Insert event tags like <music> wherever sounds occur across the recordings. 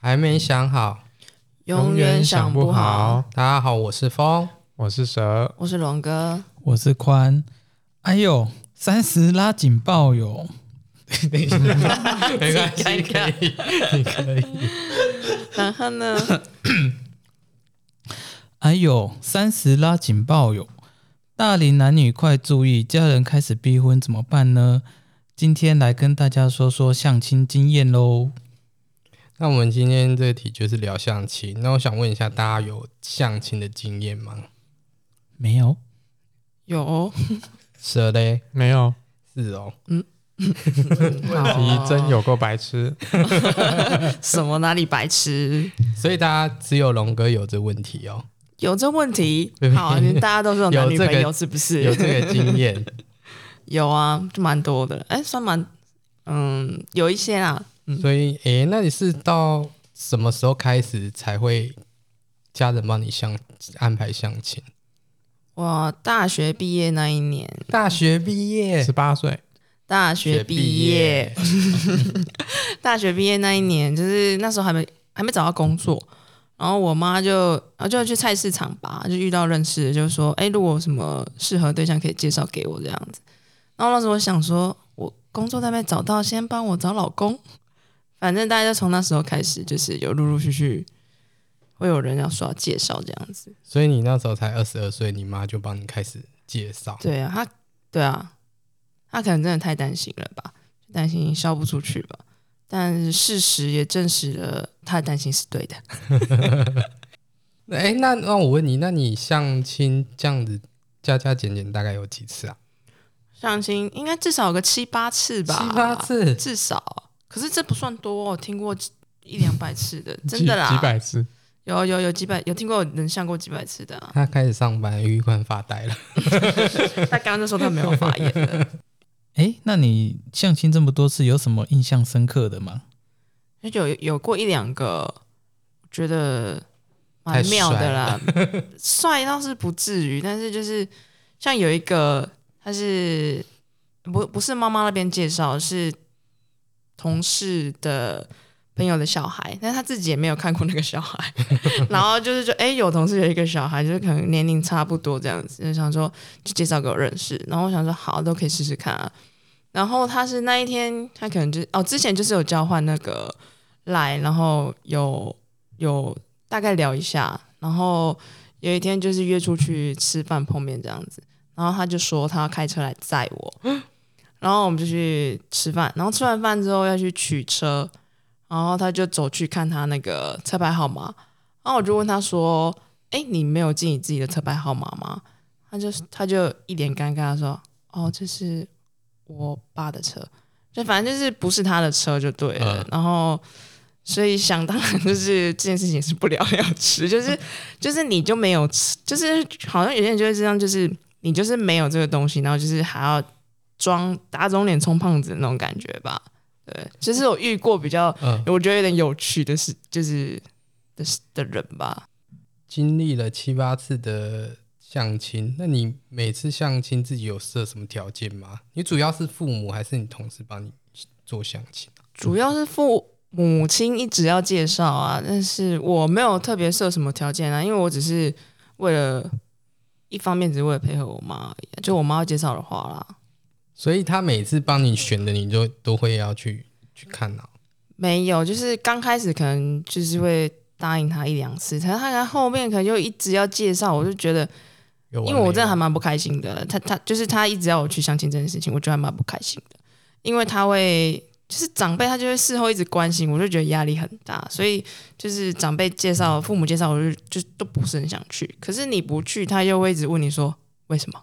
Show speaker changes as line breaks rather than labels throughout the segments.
还没想好，
永远想不好。。
大家好，我是风。
我是蛇，
我是龙 <laughs> 哥，
我是宽。哎呦，三十拉警报哟！ <laughs>
没
<laughs>
关系，
自己
可
看看
以，你可以。
然后呢？
哎呦，三十拉警报哟！大龄男女快注意，家人开始逼婚怎么办呢？今天来跟大家说说相亲经验喽。
那我们今天这题就是聊相亲。那我想问一下，大家有相亲的经验吗？
没有，
有，
蛇嘞？
没有，
是哦，
嗯
<laughs> 你
好
真有够白痴。
什么哪里白 <laughs> 痴？
所以大家只有龙哥有这问题哦，
有这问题？好，你大家都是有男女朋友是不是？
有这个经
<laughs>
验。
有啊，就蛮多的。哎，算蛮，嗯，有一些啦。
所以，诶、那你是到什么时候开始才会家人帮你相安排相亲？
我大学毕业那一年，
大学毕业
十，八岁，
大学毕业，，大学毕业那一年，就是那时候还没还没找到工作，然后我妈就啊就去菜市场吧，就遇到认识的，就说，哎、如果有什么适合对象可以介绍给我这样子。然后那时候我想说，我工作都还没找到，先帮我找老公。反正大家就从那时候开始，就是有陆陆续续会有人要说介绍这样子。
所以你那时候才二十二岁，你妈就帮你开始介绍。
对啊，他对啊，他可能真的太担心了吧，担心销不出去吧。但是事实也证实了他的担心是对的。
那诶、那那我问你，那你相亲这样子加加减减大概有几次啊？
相亲应该至少有个七八次吧，
七八，次，
至少。可是这不算多、我听过一两百次的，真
几
的啦，
几百次，
有有有几百，有听过能相过几百次的、啊。
他开始上班，玉冠发呆了。 <laughs>
他刚刚就说他没有发言了，
哎，那你相亲这么多次，有什么印象深刻的吗？
就有有过一两个，觉得蛮妙的啦，帅倒是不至于，但是就是像有一个，他是不不是妈妈那边介绍，是同事的朋友的小孩，但是他自己也没有看过那个小孩，然后就是就哎、诶有同事有一个小孩，就是可能年龄差不多这样子，就想说就介绍给我认识，然后我想说好都可以试试看啊。然后他是那一天，他可能就是哦，之前就是有交换那个来，然后有有大概聊一下，然后有一天就是约出去吃饭碰面这样子，然后他就说他要开车来载我， <gasps> 然后我们就去吃饭，然后吃完饭之后要去取车，然后他就走去看他那个车牌号码，然后我就问他说：“哎，你没有记你自己的车牌号码吗？”他就他就一脸尴尬地说：“哦，这是我爸的车，就反正就是不是他的车就对了。
嗯
然后所以想当然就是这件事情是不了了之， <laughs> 就是就是你就没有吃，就是好像有些人就会这样，就是你就是没有这个东西，然后就是还要装打肿脸充胖子那种感觉吧。对，就是我遇过比较
嗯，
我觉得有点有趣的是，就是的是的人吧。
经历了七八次的相亲，那你每次相亲自己有设什么条件吗？你主要是父母还是你同事帮你做相亲？
主要是父母亲一直要介绍啊，但是我没有特别设什么条件啊，因为我只是为了一方面只是为了配合我妈而已啊，就我妈要介绍的话啦，
所以他每次帮你选的，你就都会要去去看啊。
没有，就是刚开始可能就是会答应她一两次，可是她可能后面可能就一直要介绍，我就觉得
有
因为我
没
真的
有
还蛮不开心的。他他就是他一直要我去相亲这件事情，我觉得还蛮不开心的，因为他会就是长辈他就会事后一直关心，我就觉得压力很大，所以就是长辈介绍、父母介绍，我就就都不是很想去。可是你不去，他又会一直问你说为什么？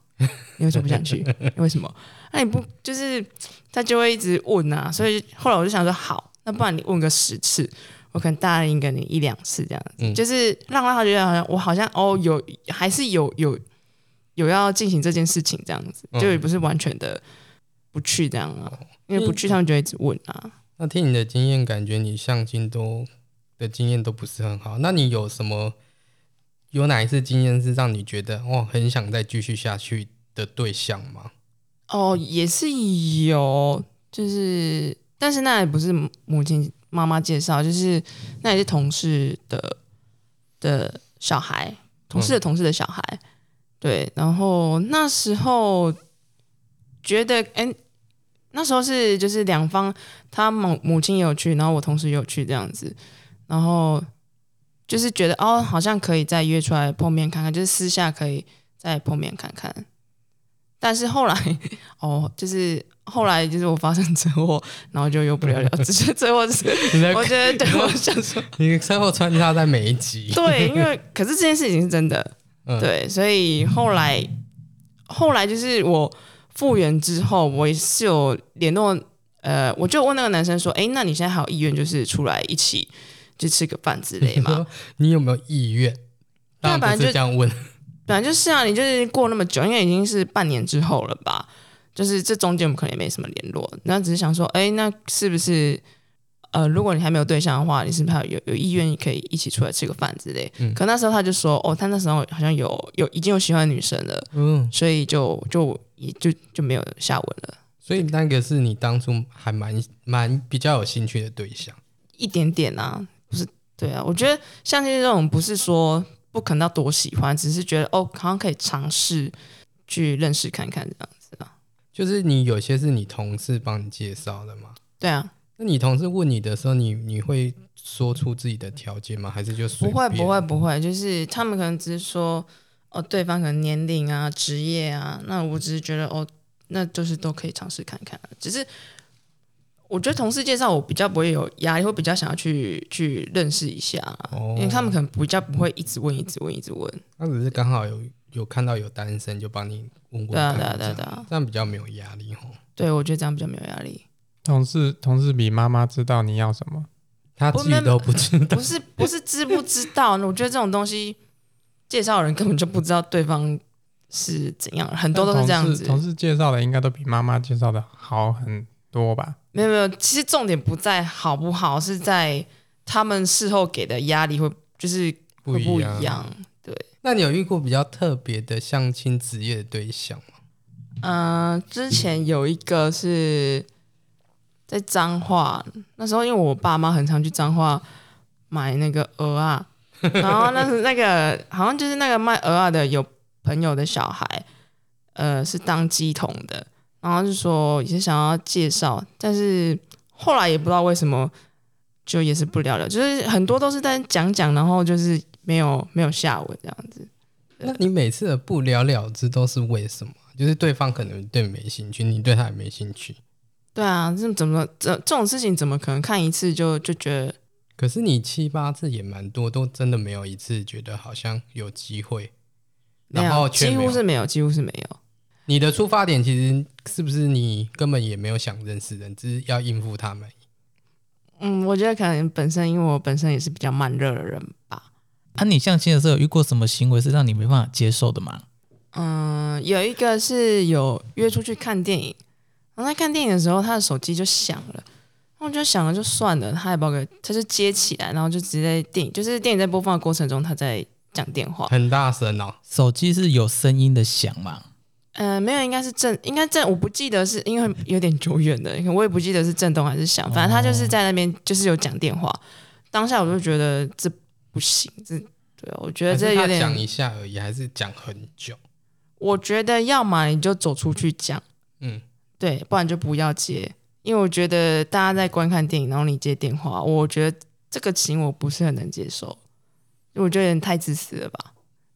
你为什么不想去？你为什么？那、你不就是他就会一直问啊，所以后来我就想说，好，那不然你问个十次。我可能答应个你一两次这样子，
嗯
就是让他觉得好像我好像哦有还是有有有要进行这件事情，这样子
嗯
就也不是完全的不去这样啊，因为不去他们就会一直问啊。
那听你的经验，感觉你相亲都的经验都不是很好。那你有什么有哪一次经验是让你觉得哦很想再继续下去的对象吗？
哦，也是有，就是但是那也不是母亲妈妈介绍，就是那也是同事的的小孩，同事的同事的小孩，对。然后那时候觉得，哎、那时候是就是两方，他母母亲也有去，然后我同事也有去这样子，然后就是觉得哦，好像可以再约出来碰面看看，就是私下可以再碰面看看。但是后来哦，就是后来就是我发生车祸，然后就又不了了之。这 <laughs> 车祸是
<laughs> 你在
我觉得对我想说，
你车祸穿插在每一集，
<laughs> 对，因为可是这件事情是真的，
嗯
对，所以后来后来就是我复原之后，我也是有联络，呃，我就问那个男生说，哎，那你现在还有意愿就是出来一起就吃个饭之类
你
吗？
说你有没有意愿？
那
当然不是
本来就
这样 <laughs> 问，
本来就是啊，你就是过那么久，因为已经是半年之后了吧，就是这中间我们可能也没什么联络，那只是想说，哎，那是不是呃，如果你还没有对象的话，你是不是还有有意愿可以一起出来吃个饭之类？可那时候他就说，哦，他那时候好像有有已经有喜欢的女生了，
嗯，
所以就就也就就没有下文了，
所以那个是你当初还蛮蛮比较有兴趣的对象，
一点点啊，不是对啊，我觉得像这种不是说不可能到多喜欢，只是觉得哦，好像可以尝试去认识看看这样子啊，
就是你有些是你同事帮你介绍的嘛？
对啊。
那你同事问你的时候，你你会说出自己的条件吗？还是就随
不会
便
不会不会，就是他们可能只是说，哦，对方可能年龄啊、职业啊，那我只是觉得哦，那就是都可以尝试看看。啊只是我觉得同事介绍我比较不会有压力，会比较想要去去认识一下，啊
哦
因为他们可能比较不会一直问、一直问、一直问。
他只是刚好有有看到有单身，就帮你问问
对啊
看，
对啊对啊
这
对
样
啊，
这样比较没有压力哦。
对我觉得这样比较没有压力。
同事同事比妈妈知道你要什么，
他自己都不知道，
不是不是知不知道，我觉得这种东西，介绍人根本就不知道对方是怎样，很多都是这样
同
子
事。同事介绍的应该都比妈妈介绍的好很多吧？
没有没有，其实重点不在好不好，是在他们事后给的压力会就是
不
会不
一啊
一样。
那你有遇过比较特别的相亲职业的对象吗？
嗯、之前有一个是在彰化，那时候因为我爸妈很常去彰化买那个鹅啊，然后那是那个好像就是那个卖鹅啊的有朋友的小孩，呃，是当鸡童的，然后就说也是想要介绍，但是后来也不知道为什么就也是不了了，就是很多都是在讲讲，然后就是没有没有下文这样子。
那你每次的不了了之都是为什么？就是对方可能对你没兴趣，你对他也没兴趣，
对啊，这怎么这这种事情怎么可能看一次就就觉得
可是你七八次也蛮多，都真的没有一次觉得好像有机会，
没
然后
有？
却
几
没
乎
有
是没有，几乎是没有。
你的出发点其实是不是你根本也没有想认识人，只是要应付他们？
嗯，我觉得可能本身因为我本身也是比较慢热的人吧。
啊，你相亲的时候有遇过什么行为是让你没办法接受的吗？
嗯，有一个是有约出去看电影，然后在看电影的时候，他的手机就响了，然后我就想了就算了，他也不知道给，他就接起来，然后就直接在电影，就是电影在播放的过程中，他在讲电话。
很大声哦，
手机是有声音的响嘛？
呃，没有，应该是震，应该震，我不记得是因为有点久远的，我也不记得是震动还是响，反正
哦
他就是在那边就是有讲电话。当下我就觉得这不行，这对我觉得
还
这
是他
有
讲
点，
一下而已，还是讲很久？
我觉得要么你就走出去讲，
嗯，
对，不然就不要接，因为我觉得大家在观看电影，然后你接电话，我觉得这个情我不是很能接受，因为我觉得有点太自私了吧。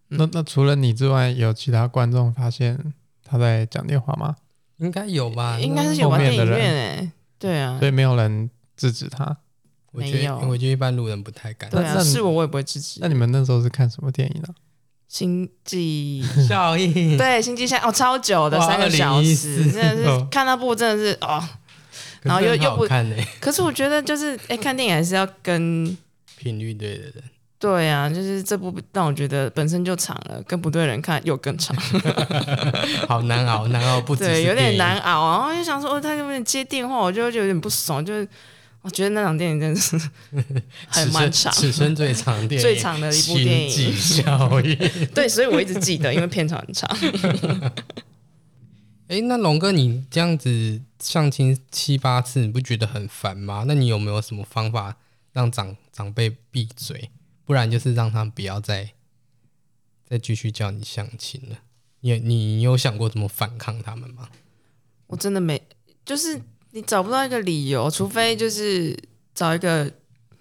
嗯
那那除了你之外，有其他观众发现他在讲电话吗？
应该有吧？
应该是有吧，
啊后面
电
的
影院
人
哎、对啊
所，以没有人制止他。
我觉
没
得
有
我觉得一般路人不太敢。
对
那
啊，
你
是我我也不会支持
那。你们那时候是看什么电影啊呢、
星际
效应，
对，星际下哦，超久的
嗯哇
三个小时，
2014
真的
<laughs>
是
哦
看那部真的是哦。
可
然后
是
又
很
又
好
不
看呢、欸
可是我觉得就是，哎，看电影还是要跟
频率对的人，
对啊，就是这部让我觉得本身就长了，跟不对的人看又更长，
好难熬，难熬哎不只是
对，
电
有点
影
难熬啊。然后就想说，哦，他有点接电话，我就就有点不爽，就是我觉得那场电影真的是 <laughs>
<laughs>
还
此
蛮
生
长，
此生最长的电影，
最长的一部电影
星际效应。
对，所以我一直记得，因为片长很长。
哎、那龙哥，你这样子相亲七八次，你不觉得很烦吗？那你有没有什么方法让长长辈闭嘴？不然就是让他不要再再继续叫你相亲了。你你有想过怎么反抗他们吗？
我真的没，就是你找不到一个理由，除非就是找一个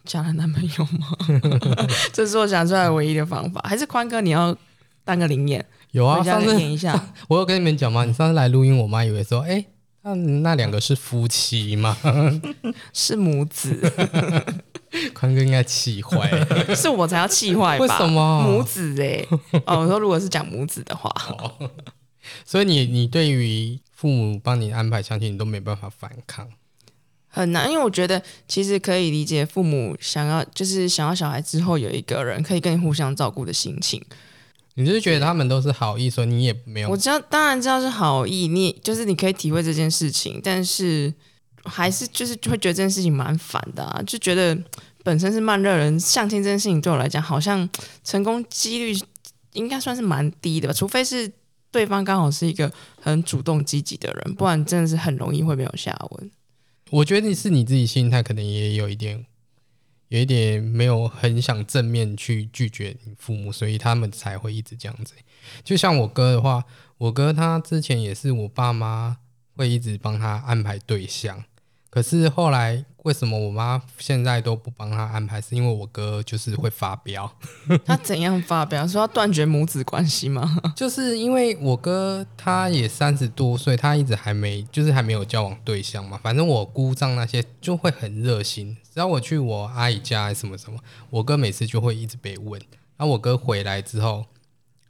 假的男朋友吗？
<laughs>
这是我想出来唯一的方法。还是宽哥，你要当个灵眼，
有啊，
回家
上次
演一下。
我有跟你们讲吗？你上次来录音，我妈以为说，哎、那那两个是夫妻吗？
是母子，
<laughs> 宽哥应该气坏，
是我才要气坏吧？
为什么
母子哎、哦，我说如果是讲母子的话，
所以你你对于父母帮你安排相亲，你都没办法反抗。
很难，因为我觉得其实可以理解父母想要就是想要小孩之后有一个人可以跟你互相照顾的心情。
你就是觉得他们都是好意，所以你也没有
我知道，当然知道是好意，你也就是你可以体会这件事情，但是还是就是会觉得这件事情蛮烦的啊，就觉得本身是慢热人，相亲这件事情对我来讲，好像成功几率应该算是蛮低的吧，除非是对方刚好是一个很主动积极的人，不然真的是很容易会没有下文。
我觉得是你自己心态可能也有一点，有一点没有很想正面去拒绝你父母，所以他们才会一直这样子。就像我哥的话，我哥他之前也是我爸妈会一直帮他安排对象，可是后来为什么我妈现在都不帮他安排？是因为我哥就是会发飙。
他怎样发表说要断绝母子关系吗？
就是因为我哥他也三十多岁，他一直还没就是还没有交往对象嘛。反正我姑丈那些就会很热心，只要我去我阿姨家什么什么，我哥每次就会一直被问。然后我哥回来之后，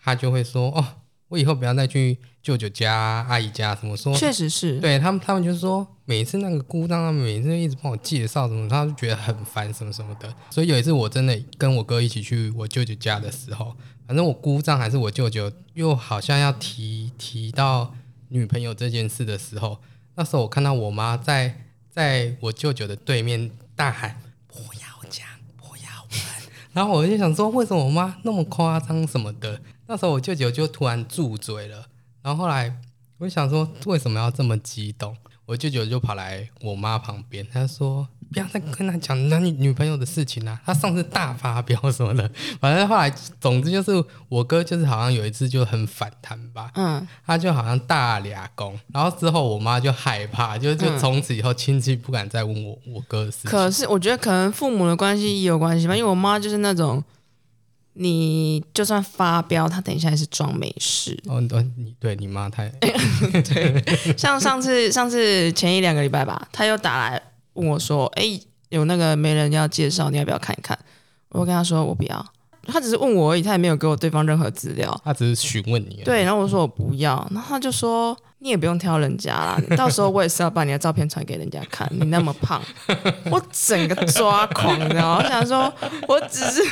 他就会说：“哦，我以后不要再去舅舅家、阿姨家什么说。”
确实是，
对他们，他们就说每次那个姑丈，他们每次一直帮我介绍什么，他就觉得很烦什么什么的。所以有一次我真的跟我哥一起去我舅舅家的时候，反正我姑丈还是我舅舅，又好像要提提到女朋友这件事的时候，那时候我看到我妈在在我舅舅的对面大喊“不要讲，不要问”，然后我就想说，为什么我妈那么夸张什么的？那时候我舅舅就突然住嘴了，然后后来我就想说，为什么要这么激动？我舅舅就跑来我妈旁边，他说：“不要再跟他讲男女女朋友的事情啦、他上次大发飙什么的。”反正后来，总之就是我哥就是好像有一次就很反弹吧，
嗯，
他就好像大俩公，然后之后我妈就害怕，就就从此以后亲戚不敢再问我我哥的事情。。
可是我觉得可能父母的关系也有关系吧，因为我妈就是那种，你就算发飙，她等一下也是装没事
哦，你哦你对你妈太
像上次上次前一两个礼拜吧，她又打来问我说：“哎、有那个媒人要介绍，你要不要看一看？”我跟她说：“我不要。”她只是问我而已，她也没有给我对方任何资料。
她只是询问你而已，
对，然后我说我不要，然后他就说你也不用挑人家啦，到时候我也是要把你的照片传给人家看，你那么胖，我整个抓狂，你知道吗？我想说， <laughs> 我只是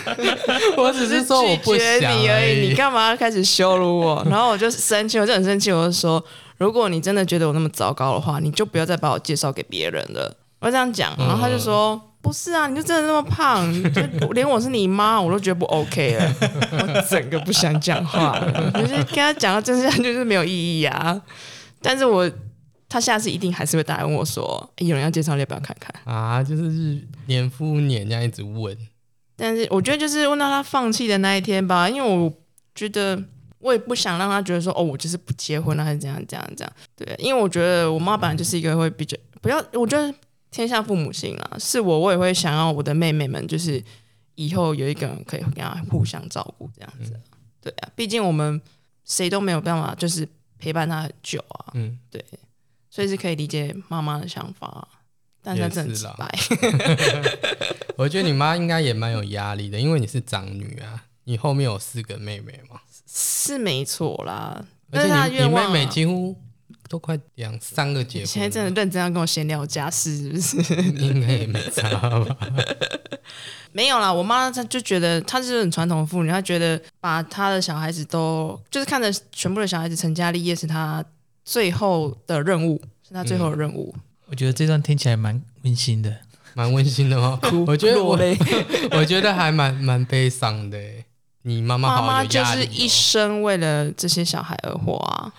我只
是 <laughs> 说我不
拒绝
想
你
而
已，
已
你干嘛要开始羞辱我？然后我就生气，我就很生气，我就说，如果你真的觉得我那么糟糕的话，你就不要再把我介绍给别人了。我这样
嗯
讲，然后他就说。不是啊，你就真的那么胖，你就连我是你妈，我都觉得不 OK 了。我整个不想讲话了，就是跟他讲到真相就是没有意义啊。但是我他下次一定还是会打来问我说，哎诶有人要介绍，你要不要看看？
啊，就是年复年这样一直问，
但是我觉得就是问到他放弃的那一天吧，因为我觉得我也不想让他觉得说哦，我就是不结婚了，还是怎样怎样怎样。对，因为我觉得我妈本来就是一个会比较不要，我觉得天下父母心啦，是我我也会想要我的妹妹们就是以后有一个人可以跟她互相照顾这样子。
嗯
对啊，毕竟我们谁都没有办法就是陪伴她很久啊，
嗯，
所以是可以理解妈妈的想法啊，但
也
她真的
是
直
啦
白。
我觉得你妈应该也蛮有压力的，因为你是长女啊，你后面有四个妹妹嘛，
是没错啦，
而
但是她的
且你
愿
你
望
妹
啊、
妹几乎都快两三个结婚
你
了，
现在真的认真要跟我闲聊家事是不是？ <laughs>
应该也没差吧？
没有啦，我妈她就觉得她是很传统的妇女，她觉得把她的小孩子都就是看着全部的小孩子成家立业是她最后的任务，是她最后的任务。
我觉得这段听起来蛮温馨的。
蛮温馨的
<laughs>
哦，我觉得
落
我
泪
我觉得还蛮蛮悲伤的耶。你妈妈
妈
好
妈
有
就
压力、
是
哦，
一生为了这些小孩而活啊。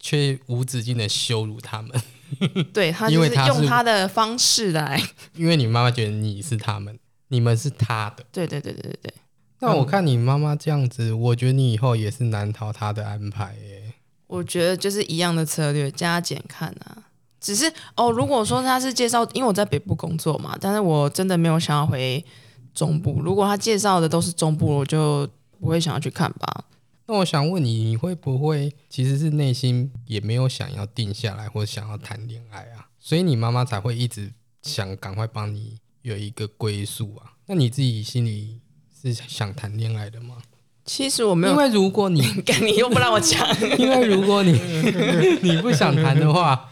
却无止境的羞辱他们。 <laughs>
对他
因
就
为
是
他
用
是
他的方式来，
因为你妈妈觉得你是他们，你们是他的。嗯
对对对对对对，
那我看你妈妈这样子，我觉得你以后也是难逃她的安排欸耶。
我觉得就是一样的策略，加减看啊。只是哦，如果说他是介绍，因为我在北部工作嘛，但是我真的没有想要回中部。如果他介绍的都是中部，我就不会想要去看吧。
那我想问你，你会不会其实是内心也没有想要定下来或想要谈恋爱啊？所以你妈妈才会一直想赶快帮你有一个归宿啊？那你自己心里是想谈恋爱的吗？
其实我没
因
有，
为如果
<laughs>
你
干你又不让我讲，
因为如果你你不想谈的话，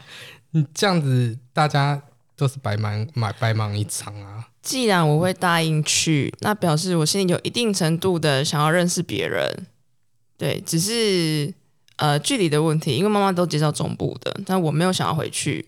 你这样子大家都是白忙买白忙一场啊。
既然我会答应去，那表示我心里有一定程度的想要认识别人。对，只是呃距离的问题，因为妈妈都介绍中部的，但我没有想要回去，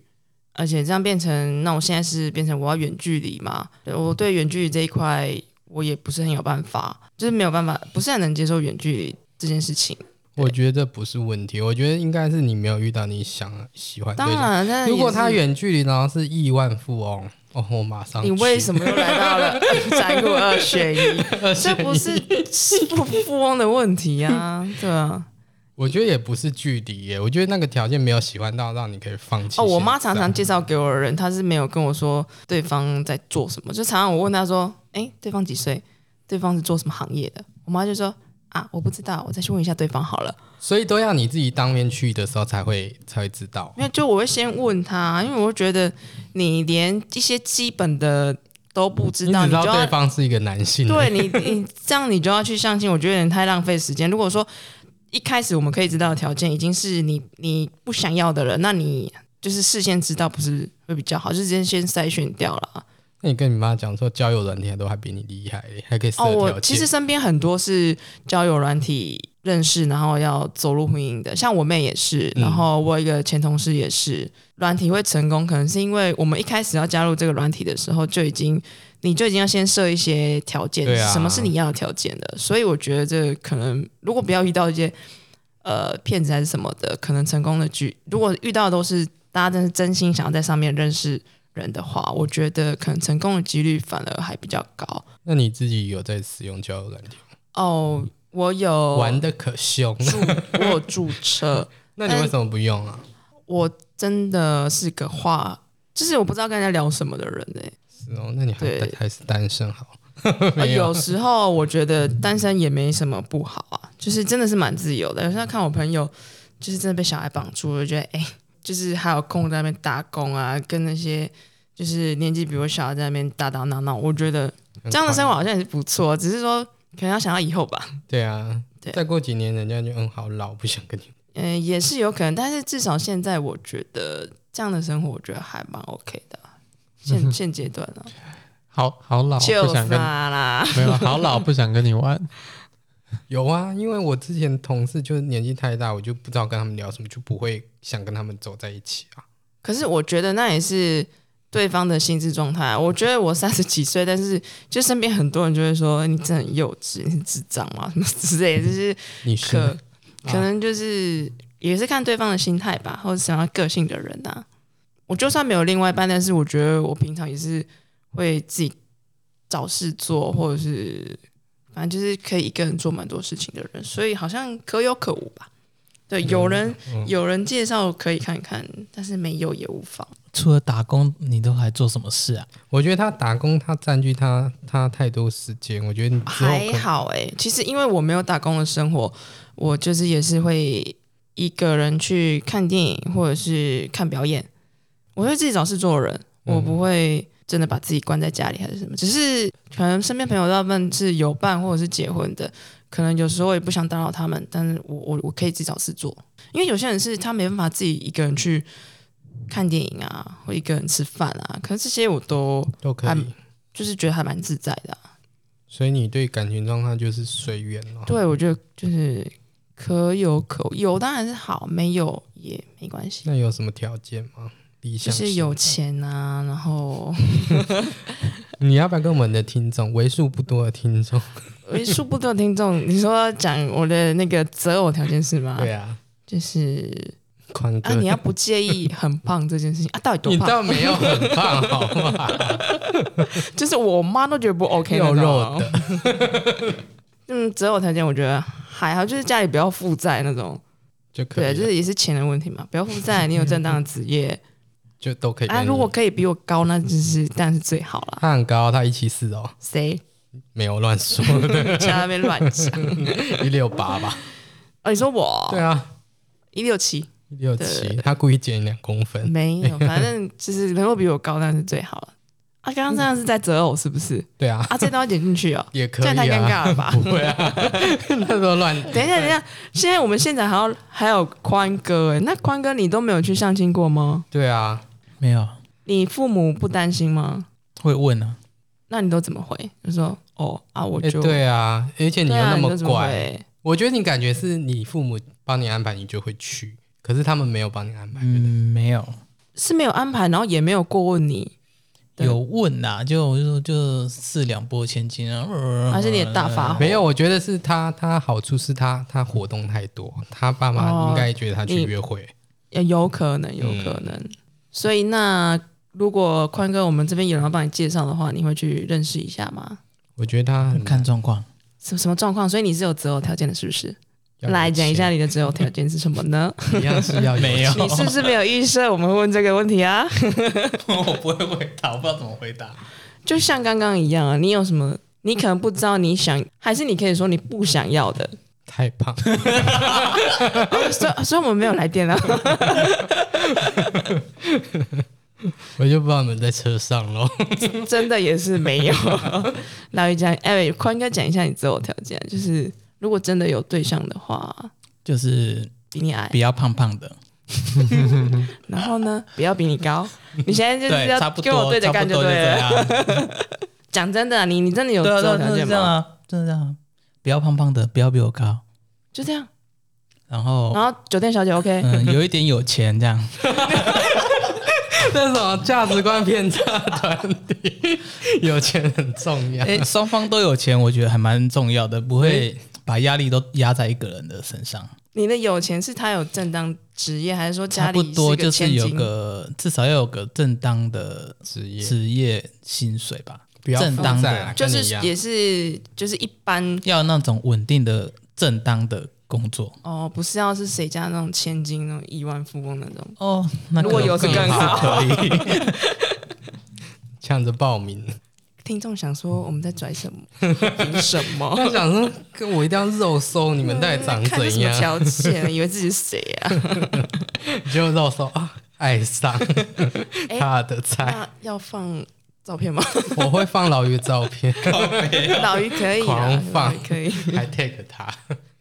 而且这样变成，那我现在是变成我要远距离嘛？对我对远距离这一块我也不是很有办法，就是没有办法，不是很能接受远距离这件事情。
我觉得不是问题，我觉得应该是你没有遇到你想喜欢的
当
对象。
然，但是
如果
也是
他远距离，然后是亿万富翁，哦，我马上
你为什
么？
么又来到了 <laughs> 三股二选
<laughs>
一？这不是是不富翁的问题啊，对啊。
我觉得也不是距离耶，我觉得那个条件没有喜欢到让你可以放弃。
哦，我妈常常介绍给我的人，她是没有跟我说对方在做什么，就常常我问她说：“哎、对方几岁？对方是做什么行业的？”我妈就说：“啊，我不知道，我再去问一下对方好了。
所以都要你自己当面去的时候才会才会知”道
因。为就我会先问她，因为我会觉得你连一些基本的都不知
你只
道，你
知道
就要
对方是一个男性， <laughs>
对你，你这样你就要去相亲，我觉得有点太浪费时间。如果说一开始我们可以知道的条件已经是你你不想要的了，那你就是事先知道不是会比较好，就是先先筛选掉了。
那你跟你妈讲说交友软件都还比你厉害，还可以设
哦，
条件。嗯
我其实身边很多是交友软体认识，然后要走入婚姻的，像我妹也是，
嗯
然后我有一个前同事也是。软体会成功，可能是因为我们一开始要加入这个软体的时候就已经，你就已经要先设一些条件，
对啊
什么是你要的条件的。所以我觉得这可能，如果不要遇到一些呃骗子还是什么的，可能成功的剧，如果遇到的都是大家真是真心想要在上面认识人的话，我觉得可能成功的几率反而还比较高。
那你自己有在使用交友软件，
哦，我有
玩的可凶。啊
<laughs> 我有注册，
那你为什么不用啊？
我真的是个话，就是我不知道跟人家聊什么的人哎、
是哦，那你还
对
还是单身好。
呃
没有
有时候我觉得单身也没什么不好啊，就是真的是蛮自由的。有时候看我朋友，就是真的被小孩绑住，我就觉得哎、就是还有空在那边打工啊，跟那些就是年纪比我小的在那边打打闹闹，我觉得这样的生活好像也是不错，只是说可能要想到以后吧。
对啊，
对
再过几年人家就嗯好老，不想跟你。
嗯、也是有可能，但是至少现在我觉得这样的生活，我觉得还蛮 OK 的啊。
<laughs>
现现阶段啊，
好好老，
就
不想跟
发啦。<laughs>
没有好老，不想跟你玩。
有啊，因为我之前同事就是年纪太大，我就不知道跟他们聊什么，就不会想跟他们走在一起啊。
可是我觉得那也是对方的心智状态啊。我觉得我三十几岁，但是就身边很多人就会说你真的很幼稚，你是智障吗？什么之类的，就是
你是啊
可
吗
可能就是也是看对方的心态吧，或者想要个性的人啊。我就算没有另外一半，但是我觉得我平常也是会自己找事做，或者是反正就是可以一个人做蛮多事情的人，所以好像可有可无吧。对，有人、
嗯
有人介绍可以看看，但是没有也无妨。
除了打工，你都还做什么事啊？
我觉得他打工，他占据他他太多时间，我觉得你之后
还
可
好哎、其实因为我没有打工的生活，我就是也是会一个人去看电影或者是看表演，我会自己找事做的人，
嗯
我不会真的把自己关在家里还是什么，只是可能身边朋友大部分是有伴或者是结婚的，可能有时候也不想打扰他们，但是我我我可以自己找事做，因为有些人是他没办法自己一个人去看电影啊，或一个人吃饭啊，可是这些我都
都可以
还。就是觉得还蛮自在的啊、
所以你对感情状态就是随缘哦。
对，我觉得就是可有可无，有当然是好，没有也没关系，
那有什么条件吗？理
就
想
是
型
有钱啊，然后
你要不要跟我们的听众，为数不多的听
<laughs>
众？
为数不多的听众，你说讲我的那个择偶条件是吗？
啊对啊，
就是
宽
啊，
哥，
你要不介意很胖这件事情啊，到底多
你
胖？
倒没有很胖，好
<laughs>
吗？
就是我妈都觉得不 OK
肉
那种
肉的，
嗯，择偶条件我觉得还好，就是家里不要负债那种，
就可以啊了，
对，就是也是钱的问题嘛，不要负债，你有正当的职
<laughs>
业
就都可以给你。
啊，如果可以比我高，那就是当然是最好啦。
他很高，他一七四哦，
谁
没有乱
<laughs>
说的，
在那边乱讲？
<laughs>
哦
一六八吧？
哦，你说我？
对啊，
一六七
一六七，他故意减你两公分。
没
<laughs>
有，反正就是能够比我高，那是最好了。啊，刚刚这样是在择偶是不是？
对啊，
啊，这段要剪进去哦，
也可
这
以啊，
样太尴尬了
<laughs>
吧？
不会啊，那时候乱
等一下，等一下，现在我们现场还要还有宽哥哎，那宽哥你都没有去相亲过吗？
对啊，
没有
你父母不担心吗？
会问啊，
那你都怎么回？就说哦啊，我
哎、
就、
对啊，而且你又
对啊
那
你
么
都怎
怪，
回
我觉得你感觉是你父母帮你安排，你就会去，可是他们没有帮你安排。
嗯，没有
是没有安排，然后也没有过问你，对
有问啦，就我就说就四两拨千斤啊，
还是你也大
嗯
发火？
嗯没有，我觉得是他，他好处是他他活动太多，他爸
哦
妈应该觉得他去
你
约会。
也有可能，有
嗯
可能。所以那如果宽哥我们这边有人要帮你介绍的话，你会去认识一下吗？
我觉得他很
看状况。
什什么状况？所以你是有择偶条件的，是不是？
要有
来讲一下
钱，
你的择偶条件是什么
<laughs>
呢？
一样是
<laughs>
要
没有
钱
你是不是没有预设我们会问这个问题啊？
我不会回答，我不知道怎么回答。
就像刚刚一样啊，你有什么？你可能不知道你想，还是你可以说你不想要的。 <laughs>
太胖，
哦所以所以我们没有来电了。啊
我就不知道你们在车上
<laughs>
咯。
<laughs> 真的也是没有。 <laughs> 老于讲，哎、宽哥讲一下你择偶条件，就是如果真的有对象的话，
就是
比你矮啊
比，较胖胖的，
然后呢， <laughs> 不要比你高。你现在就是
对，差
要
不
跟我
多，
对
差
着
不
干
多就
对
这
了。
样。 <laughs> 对
讲真的啊、你你真的有
啊，
择偶
对啊，
条
真的是
件
这样
吗？
啊，真的这样啊，比较胖胖的，不要比我高，
就这样。
然后
然后酒店小姐 OK，
嗯，有一点有钱这 <laughs> 样。
这种价值观偏差的团体，有钱很重要。
哎， <laughs> 双方都有钱，我觉得还蛮重要的，不会把压力都压在一个人的身上。
你的有钱是他有正当职业，还是说家
差
里
不多
个
就是
千
有
金？
个至少要有个正当的
职业
职业薪水吧，
不要
正
负
当
债啊
的，
就
跟
是
你一样
也是就是一般
要那种稳定的正当的工作。
哦，不是要是谁家那种千金那种亿万富翁那种，
哦，那
如果
可
有是更好。
可以 <laughs> 抢着报名。
听众想说我们在拽什么？凭什么？
他想说，跟我一定要肉搜你们到底长
<laughs> 看
怎
这什么
样，
条件？以为自己是谁
<laughs>
啊？
结果肉搜啊，爱上
哎
他的菜。
那要放照片吗？
我会放老于照片，
<laughs> 老于可以啊，
狂放
老于可以
还 take 他，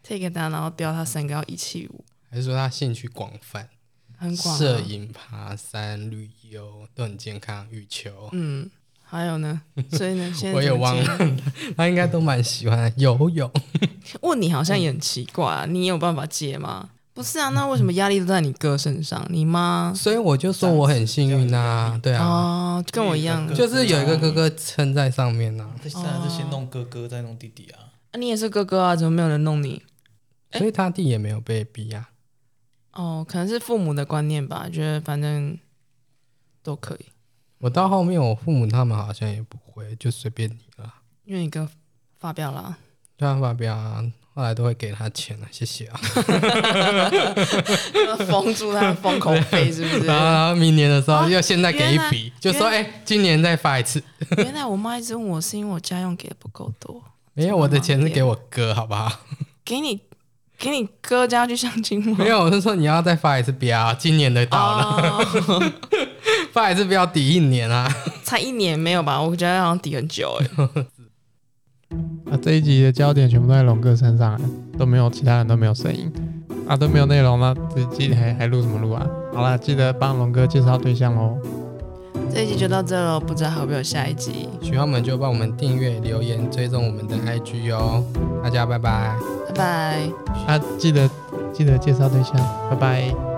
take 他，然后标他身高一七五，
还是说他兴趣广泛，
很广、啊。
摄影、爬山、旅游都很健康，羽球。
嗯，还有呢？所
<laughs>
以呢，现在
我也
怎么
忘
接
了，他应该都蛮喜欢的游泳。
嗯问你好像也很奇怪、啊，你有办法接吗？不是啊，那为什么压力都在你哥身上？你妈
所以我就说我很幸运啊，对啊，
哦，跟我一样，
对
就是有一个哥哥撑在上面啊，
现 <laughs> 在是先弄哥哥，再弄弟弟啊。
啊你也是哥哥啊，怎么没有人弄你？
所以他弟也没有被逼啊。
哦，可能是父母的观念吧，觉得反正都可以，
我到后面，我父母他们好像也不会，就随便你了。
因为你哥发飙了啊、 <laughs>
对啊，发表啊，后来都会给他钱啊，谢谢啊。
封住他的封口费是不是？
然后 <laughs> 然后明年的时候又现在给一笔
哦原来，
就说哎、今年再发一次。
原来我妈一直问我是因为我家用给的不够多，
没有，我的钱是给我哥，好不好？ <laughs>
给你给你哥家去相亲吗？
没有，我是说你要再发一次标，今年的到了，
哦，
<laughs> 发一次标抵一年啊。
才一年没有吧？我觉得好像抵很久哎、
啊，这一集的焦点全部都在龙哥身上、啊，都没有其他人都没有声音，啊，都没有内容那自己还还录什么录啊？好啦，记得帮龙哥介绍对象哦。
这一集就到这了，不知道还有没有下一集？
喜欢我们就帮我们订阅、留言、追踪我们的 IG 哦。大家拜拜。
拜拜。
啊，记得记得介绍对象，拜拜。